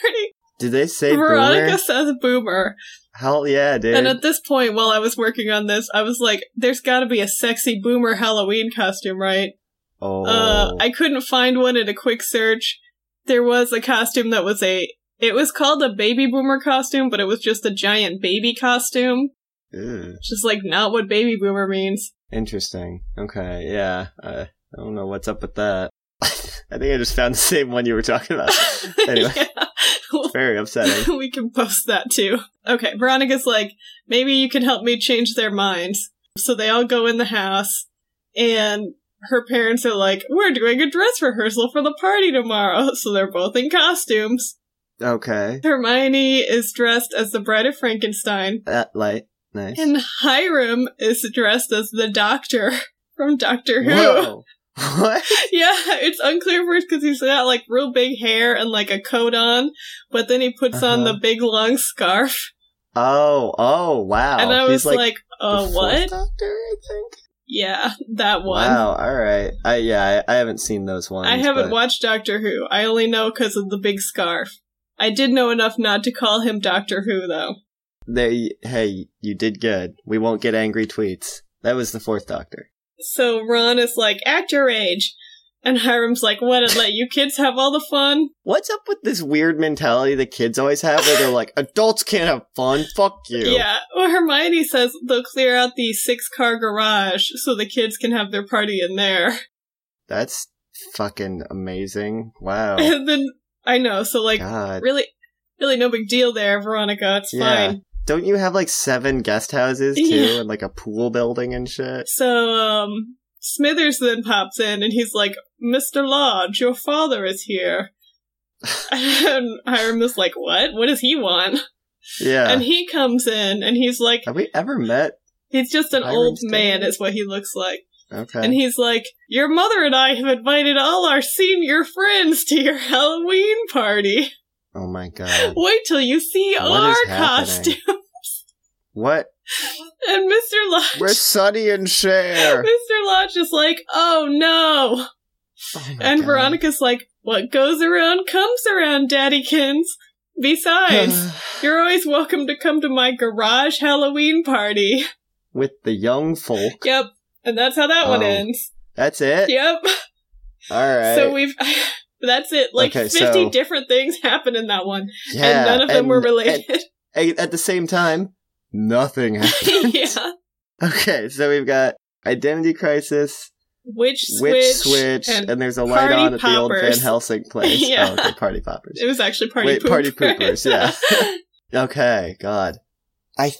Did they say
Veronica
boomer?
says boomer.
Hell yeah, dude.
And at this point, while I was working on this, I was like, there's gotta be a sexy boomer Halloween costume, right?
oh.
Uh, I couldn't find one in a quick search. There was a costume that was a, it was called a baby boomer costume, but it was just a giant baby costume.
Ew.
It's Just like not what baby boomer means.
Interesting. Okay, yeah. Uh, I don't know what's up with that. I think I just found the same one you were talking about. Anyway.
Yeah.
Very upsetting.
we can post that too. Okay, Veronica's like, maybe you can help me change their minds. So they all go in the house, and her parents are like, we're doing a dress rehearsal for the party tomorrow. So they're both in costumes.
Okay.
Hermione is dressed as the Bride of Frankenstein,
That light. Nice.
and Hiram is dressed as the Doctor from Doctor Who.
Whoa. What?
Yeah, it's unclear first because he's got like real big hair and like a coat on, but then he puts on
Uh-huh.
the big long scarf,
Oh, oh, wow.
and I
He's
was like, "Uh,
the fourth
what?
Doctor, I think.
Yeah, that one."
Wow, alright. I, yeah, I, I haven't seen those ones.
I haven't
but-
watched Doctor Who. I only know because of the big scarf. I did know enough not to call him Doctor Who though.
They, hey, you did good. We won't get angry tweets. That was the fourth Doctor.
So Ron is like, "Act your age," and Hiram's like, "What? and Let you kids have all the fun?"
What's up with this weird mentality that kids always have where they're like, adults can't have fun, fuck you.
Yeah. Well, Hermione says they'll clear out the six-car garage so the kids can have their party in there.
That's fucking amazing. Wow.
And then I know, so like
Oh. God.
really really no big deal there, Veronica, it's
Yeah.
fine.
Don't you have like seven guest houses too
Yeah.
and like a pool building and shit?
So um Smithers then pops in and he's like, Mr. Lodge, your father is here. and Hiram is like, What? What does he want?
Yeah.
And he comes in and he's like
have we ever met?
he's just an
Hiram's
old
dad?
man is what he looks like.
Okay.
And he's like, Your mother and I have invited all our senior friends to your Halloween party.
oh my god.
Wait till you see
What is
our costume.
happening? What?
And Mr. Lodge
We're Sunny and Cher.
Mr. Lodge is like, oh no.
Oh my
And
God.
Veronica's like, what goes around comes around, Daddykins. Besides, you're always welcome to come to my garage Halloween party.
With the young folk.
Yep. And that's how that one
Oh.
ends.
That's it?
Yep.
All right.
So we've. That's it. Like
Okay,
50
so-
different things happen in that one,
yeah.
and none of them
and-
were related.
and- and at the same time, nothing happened.
yeah.
Okay, so we've got Identity Crisis,
Which switch?
Witch Switch, and,
and
there's a light
Party
on at the old Van
Poppers.
Helsing place.
Yeah.
Oh, okay, Party Poppers.
it was actually party
Wait,
poopers.
Party Poopers, yeah. Okay, God. I th-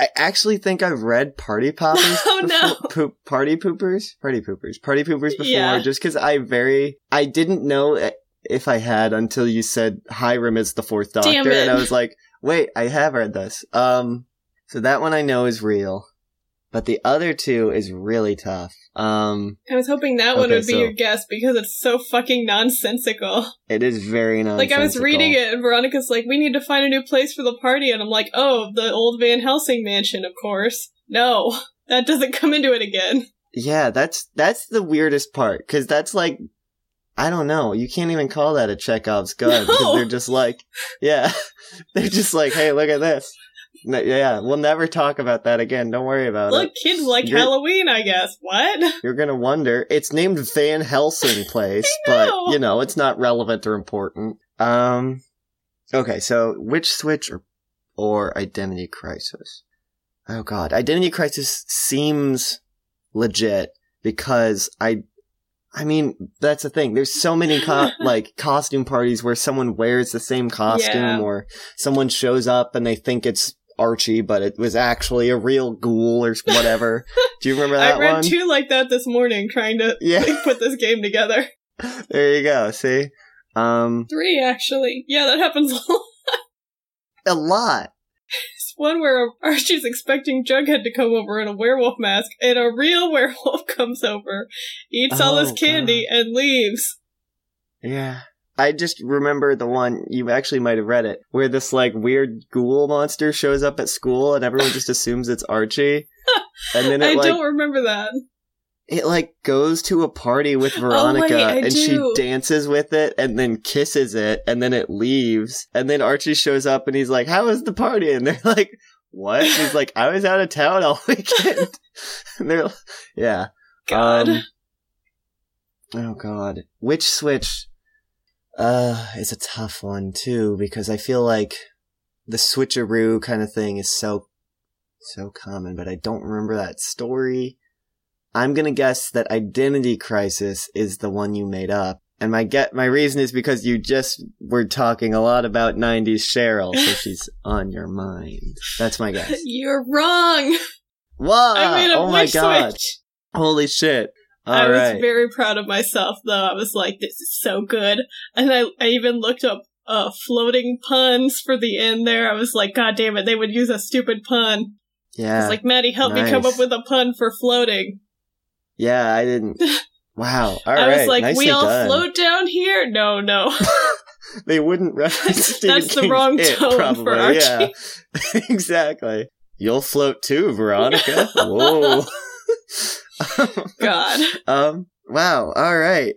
I actually think I've read Party Poppers.
Oh, no.
befo- Poop, party Poopers? Party Poopers. Party Poopers before,
Yeah.
just because I very. I didn't know i- if I had until you said Hiram is the fourth doctor,
Damn it.
and I was like, wait, I have read this. Um, so that one I know is real. But the other two is really tough. Um,
I was hoping that one
Okay,
would be
so-
your guess because it's so fucking nonsensical.
It is very
Like
nonsensical.
I was reading it, and Veronica's like, "We need to find a new place for the party," and I'm like, "Oh, the old Van Helsing mansion, of course." No, that doesn't come into it again.
Yeah, that's that's the weirdest part because that's like, I don't know. You can't even call that a Chekhov's gun. 'cause
No.
They're just like, yeah, they're just like, hey, look at this. No, yeah, we'll never talk about that again. Don't worry about
Look,
it.
kids like
You're-
Halloween, I guess. What?
You're gonna wonder. It's named Van Helsing Place, but
know.
you know it's not relevant or important. Um, okay, so which switch or or identity crisis? Oh God, identity crisis seems legit because I, I mean that's the thing. There's so many co- like costume parties where someone wears the same costume
Yeah.
or someone shows up and they think it's Archie, but it was actually a real ghoul or whatever. Do you remember that
I read
one?
two like that this morning trying to
yeah.
like, put this game together.
There you go. See, um,
Three, actually. Yeah, that happens a lot.
a lot.
It's one where Archie's expecting Jughead to come over in a werewolf mask, and a real werewolf comes over, eats all his
Oh,
candy, and leaves.
Yeah. I just remember the one you actually might have read it, where this like weird ghoul monster shows up at school and everyone just assumes it's Archie, and then
I
it like
don't remember that.
it like goes to a party with Veronica
Oh, I
and she
do.
dances with it and then kisses it and then it leaves and then Archie shows up and he's like, "How was the party?" And they're like, "What?" He's like, "I was out of town all weekend." and they're, yeah.
God.
Um, oh God, which switch? Uh, is a tough one too because I feel like the switcheroo kind of thing is so so common, but I don't remember that story. I'm gonna guess that identity crisis is the one you made up, and my get my reason is because you just were talking a lot about '90s Cheryl, so she's on your mind. That's my guess.
You're wrong.
Whoa!
I made a
oh my
witch
god!
switch.
Holy shit! All right.
I was very proud of myself, though. I was like, this is so good. And I, I even looked up uh, floating puns for the end there. I was like, God damn it, they would use a stupid pun.
yeah.
It's like, Maddie, help me come
Nice.
up with a pun for floating.
Yeah, I didn't. Wow. All right.
I was like,
Nicely
we all
done.
float down here? No, no.
They wouldn't reference
That's
Stephen
the
King's
wrong
It,
tone for
probably.
Archie.
Yeah. exactly. You'll float too, Veronica. Whoa.
God.
um. Wow. All right.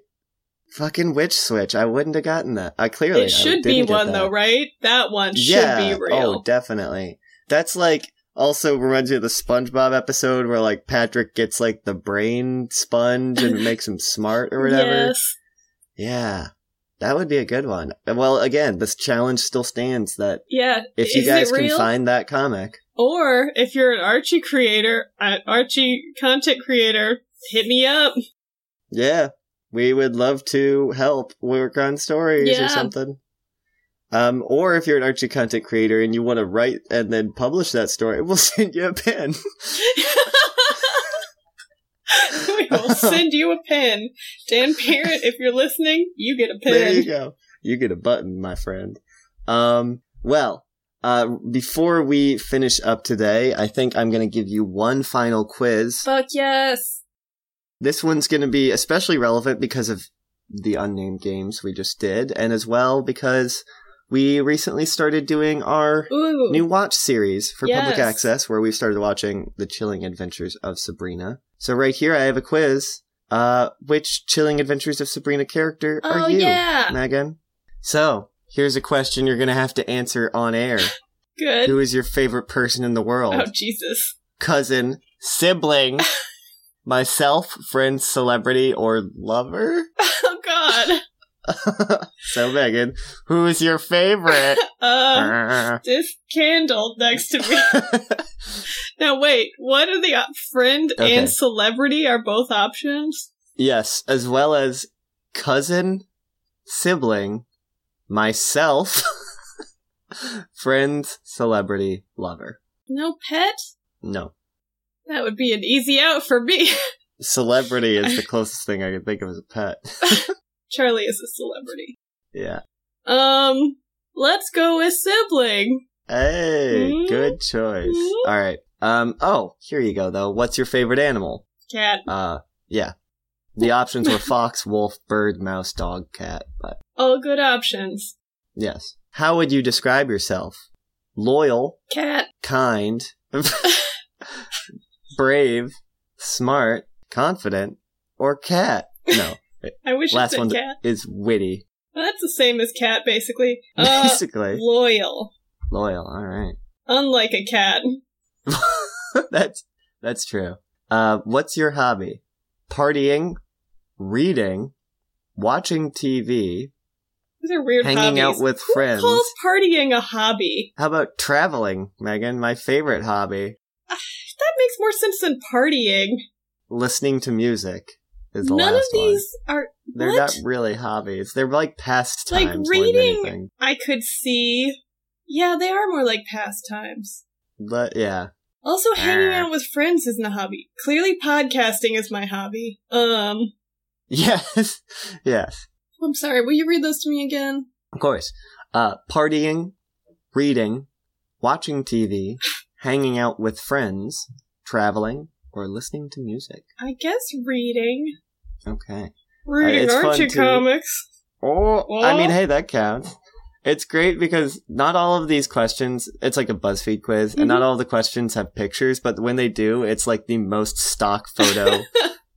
Fucking witch switch. I wouldn't have gotten that. I clearly I
it should
didn't
be
get
one,
that.
though, right? That one should be
Oh,
real.
definitely. That's like also reminds me of the SpongeBob episode where like Patrick gets like the brain sponge and it makes him smart or whatever.
Yes.
Yeah. That would be a good one. Well, again, this challenge still stands that
Yeah.
if you
Is
guys
it
can
real?
find that comic.
Or if you're an Archie creator, an Archie content creator, hit me up.
Yeah. We would love to help work on stories or
Yeah.
something. Um, or if you're an Archie content creator and you want to write and then publish that story, we'll send you a pen.
we will send you a pen. Dan Parent, if you're listening, you get a
There you
pen.
go. You get a button, my friend. Um, well, uh, before we finish up today, I think I'm going to give you one final quiz.
Fuck yes.
This one's going to be especially relevant because of the unnamed games we just did, and as well because we recently started doing our
Ooh.
new watch series for public
Yes.
access, where we started watching The Chilling Adventures of Sabrina. So, right here, I have a quiz. Uh, which Chilling Adventures of Sabrina character
oh,
are you,
yeah.
Megan? So, here's a question you're going to have to answer on air
Good.
Who is your favorite person in the world?
Oh, Jesus.
cousin, sibling, myself, friend, celebrity, or lover?
Oh, God.
so, Megan, who is your favorite?
Uh,
Ah.
this candle next to me. Now, wait. What are the op- friend
Okay.
and celebrity are both options?
yes, as well as cousin, sibling, myself, friend, celebrity, lover.
No pet?
No.
That would be an easy out for me.
Celebrity is the closest thing I can think of as a pet.
Charlie is a celebrity.
yeah.
Um, let's go with sibling.
Hey,
Mm.
good choice.
Mm.
All right. Um. Oh, here you go. Though, what's your favorite animal?
Cat.
Uh. Yeah. The options were fox, wolf, bird, mouse, dog, cat. But
All good options.
yes. How would you describe yourself? Loyal,
Cat.
kind, brave, smart, confident, or cat. No,
I wish it
last
said
one
cat.
is witty.
Well, that's the same as cat, basically. Uh,
Basically,
loyal.
loyal. All right,
Unlike a cat.
that's that's true. Uh, what's your hobby? Partying, reading, watching TV,
These are weird
hanging
hobbies.
out with
Who
friends.
calls partying a hobby?
How about traveling, Megan? My favorite hobby.
That makes more sense than partying.
Listening to music is the
None of
last one.
these are.
They're
what?
not really hobbies. They're like pastimes. more than
reading-
anything.
I could see. Yeah, they are more like pastimes.
But yeah,
Also, hanging
Ah.
out with friends isn't a hobby. Clearly, podcasting is my hobby. Um,
yes, yes,
I'm sorry. Will you read those to me again?
of course. Uh, partying, reading, watching TV, hanging out with friends, traveling, or listening to music.
I guess reading.
Okay.
Reading,
Uh, it's
aren't
fun
you,
to-
comics?
Oh, I mean,
Well-
hey, that counts. It's great because not all of these questions, it's like a BuzzFeed quiz, and
Mm-hmm.
not all of the questions have pictures, but when they do, it's like the most stock photo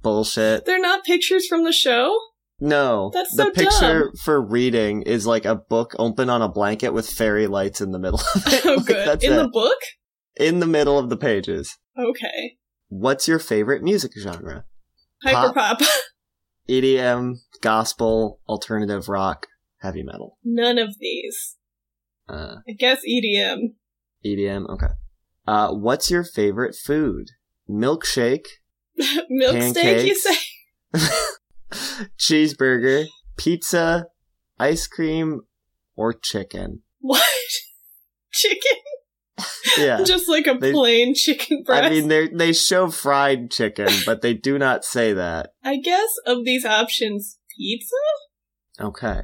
bullshit.
They're not pictures from the show?
No.
That's
the
so
picture for reading is like a book open on a blanket with fairy lights in the middle of it.
Oh,
Like,
good.
that's
In
it.
the book?
in the middle of the pages.
Okay.
What's your favorite music genre?
Hyperpop.
EDM, gospel, alternative rock, heavy metal.
None of these.
Uh,
I guess E EDM.
EDM, E okay. Uh, what's your favorite food? Milkshake,
Milk steak, you
Pancakes.
say?
cheeseburger, pizza, ice cream, or chicken?
What? Chicken?
Yeah.
Just like a
They-
plain chicken breast?
I
I,
mean, they they show fried chicken, but they do not say that.
guess of these options, pizza?
Okay.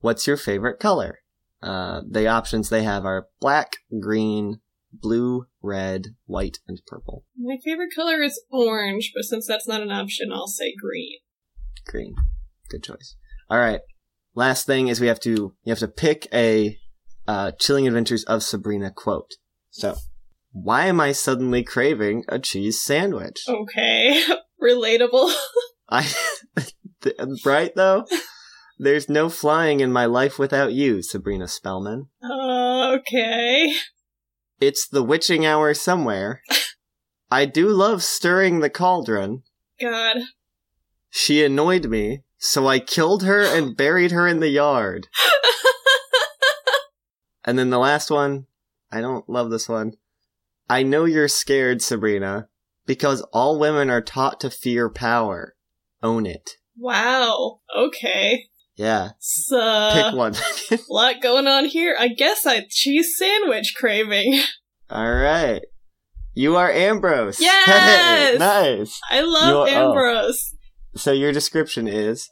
What's your favorite color? Uh, the options they have are black, green, blue, red, white, and purple.
My favorite color is orange, but since that's not an option, I'll say green.
Green. Good choice. All right. Last thing is we have to you have to pick a uh, Chilling Adventures of Sabrina quote. So, why am I suddenly craving a cheese sandwich?
Oh. Okay. Relatable.
I th- right though. There's no flying in my life without you, Sabrina Spellman.
Uh, okay.
It's the witching hour somewhere. I do love stirring the cauldron.
God.
She annoyed me, so I killed her and buried her in the yard. and then the last one, I don't love this one. I know you're scared, Sabrina, because all women are taught to fear power. Own it.
Wow. Okay.
Yeah,
So.
pick one.
lot going on here. I guess I cheese sandwich craving.
All right. You are Ambrose. Hey,
Yes!
nice.
I love
You're- oh.
Ambrose.
So your description is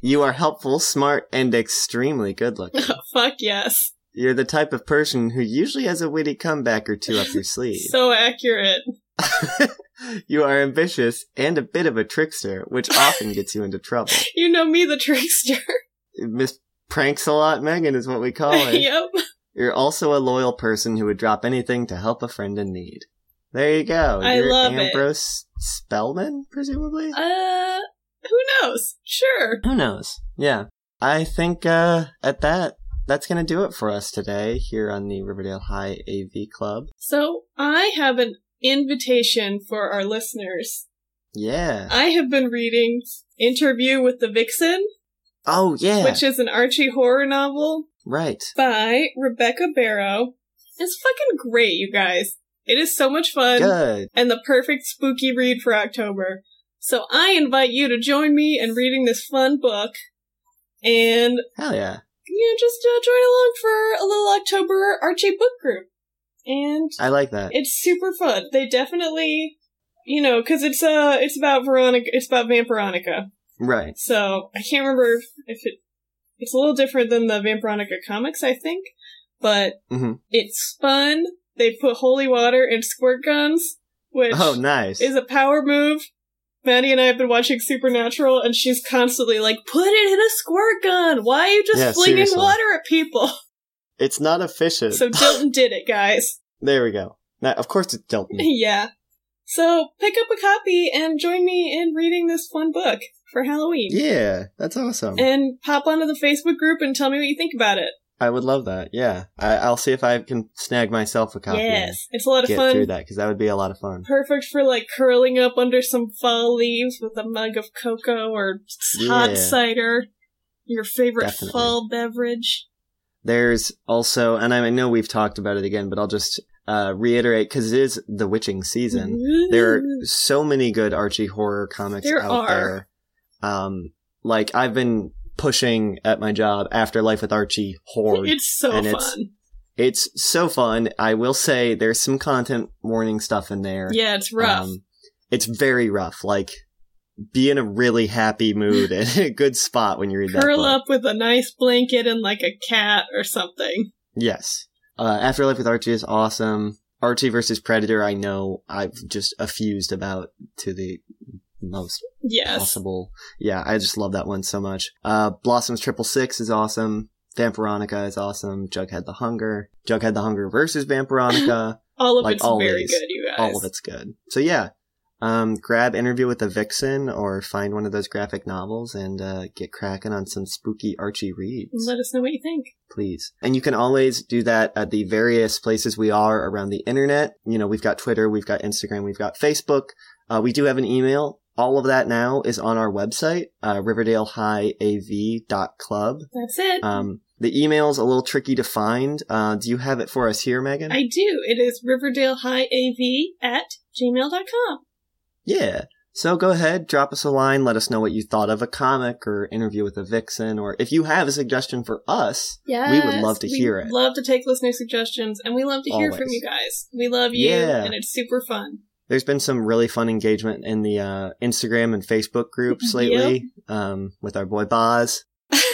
you are helpful, smart, and extremely good looking.
Fuck yes.
You're the type of person who usually has a witty comeback or two up your sleeve.
So accurate.
you are ambitious and a bit of a trickster, which often gets you into trouble.
You know me, the trickster.
Miss Pranks a lot, Megan is what we call her.
yep.
You're also a loyal person who would drop anything to help a friend in need. There you go.
I
You're
love it.
Ambrose Spellman, presumably?
Uh, who knows? Sure.
Who knows? Yeah. I think uh at that that's gonna do it for us today here on the Riverdale High AV Club.
So I have an invitation for our listeners.
Yeah.
I have been reading Interview with the Vixen,
Oh yeah.
which is an Archie horror novel
right.
by Rebecca Barrow. It's fucking great, you guys. It is so much fun.
Good.
and the perfect spooky read for October. So I invite you to join me in reading this fun book and
Hell yeah.
you know just uh, join along for a little October Archie book group. And
I like that.
it's super fun. They definitely you know cuz it's uh it's about Veronica it's about Vampironica.
Right.
So I can't remember if it it's a little different than the Vampironica comics I think, but
Mhm.
it's fun. They put holy water and squirt guns, which
Oh nice.
is a power move. Maddie and I have been watching Supernatural, and she's constantly like, "Put it in a squirt gun. Why are you just
Yeah,
flinging
seriously.
water at people?"
it's not efficient.
So Dilton did it, guys.
there we go. Now, of course it's Delton.
yeah. So pick up a copy and join me in reading this fun book for Halloween.
Yeah, that's awesome.
And pop onto the Facebook group and tell me what you think about it.
I would love that. Yeah, I, I'll see if I can snag myself a copy. and
Yes, it's a lot of
get
fun.
through that because that would be a lot of fun.
Perfect for like curling up under some fall leaves with a mug of cocoa or
Yeah.
hot cider, your favorite
Definitely.
fall beverage.
There's also, and I know we've talked about it again, but I'll just uh, reiterate because it is the witching season. There are
Ooh.
so many good Archie horror comics
There
out
are.
there. Um, like I've been pushing at my job Afterlife with Archie horror. It's-,
It's so
and
fun.
it's- so fun. I will say there's some content warning stuff in there.
yeah, it's rough.
Um, it's very rough. Like be in a really happy mood and a good spot when you read that.
Curl
book.
up with a nice blanket and like a cat or something.
Yes. Uh, Afterlife with Archie is awesome. Archie versus Predator, I know I've just effused about to the most
Yes.
possible. Yeah, I just love that one so much. Uh, Blossom's Triple Six is awesome. Vampironica is awesome. Jughead the Hunger. Jughead the Hunger versus Vampironica.
All of
Like
it's
all
very
these.
good, you guys.
All of it's Oh, good. So yeah, um, grab Interview with the Vixen or find one of those graphic novels and uh, get cracking on some spooky Archie reads.
And Let us know what you think.
please. And you can always do that at the various places we are around the internet. You know, we've got Twitter, we've got Instagram, we've got Facebook. Uh, we do have an email. All of that now is on our website, uh, riverdalehighav.club.
That's it.
Um, the email's a little tricky to find. Uh, do you have it for us here, Megan?
I do. It is riverdalehighav at gmail.com.
Yeah. So go ahead, drop us a line, let us know what you thought of a comic or interview with a vixen, or if you have a suggestion for us.
Yes.
love to
we
hear it.
love to take listener suggestions, and we love to hear from
Always.
you guys. We love you,
Yeah.
and it's super fun.
There's been some really fun engagement in the uh, Instagram and Facebook groups lately um, with our boy Boz,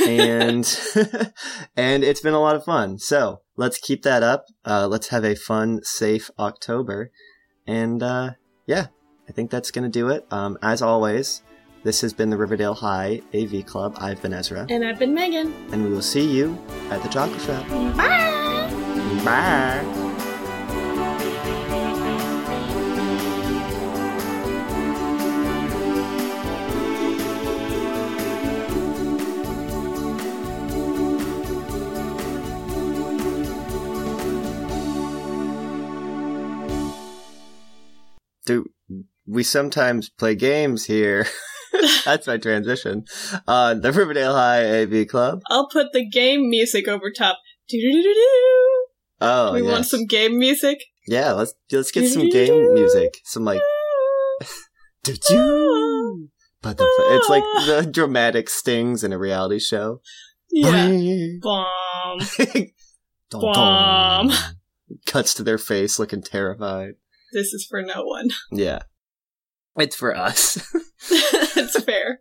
and and it's been a lot of fun. So let's keep that up. Uh, let's have a fun, safe October, and uh, yeah, I think that's gonna do it. Um, as always, this has been the Riverdale High AV Club. I've been Ezra,
and I've been Megan.
and we will see you at the chocolate shop.
Bye!
Bye. Do we sometimes play games here? That's my transition. Uh, the Riverdale High AV Club.
I'll put the game music over top. Do-do-do-do-do.
Oh,
we want
yes.
some game music?
Yeah, let's let's get some game music. Some like doo doo. But the, it's like the dramatic stings in a reality show.
Yeah. Bomb.
Dun, dun.
Bomb.
Cuts to their face looking terrified.
This is for no one.
Yeah. It's for us.
it's fair.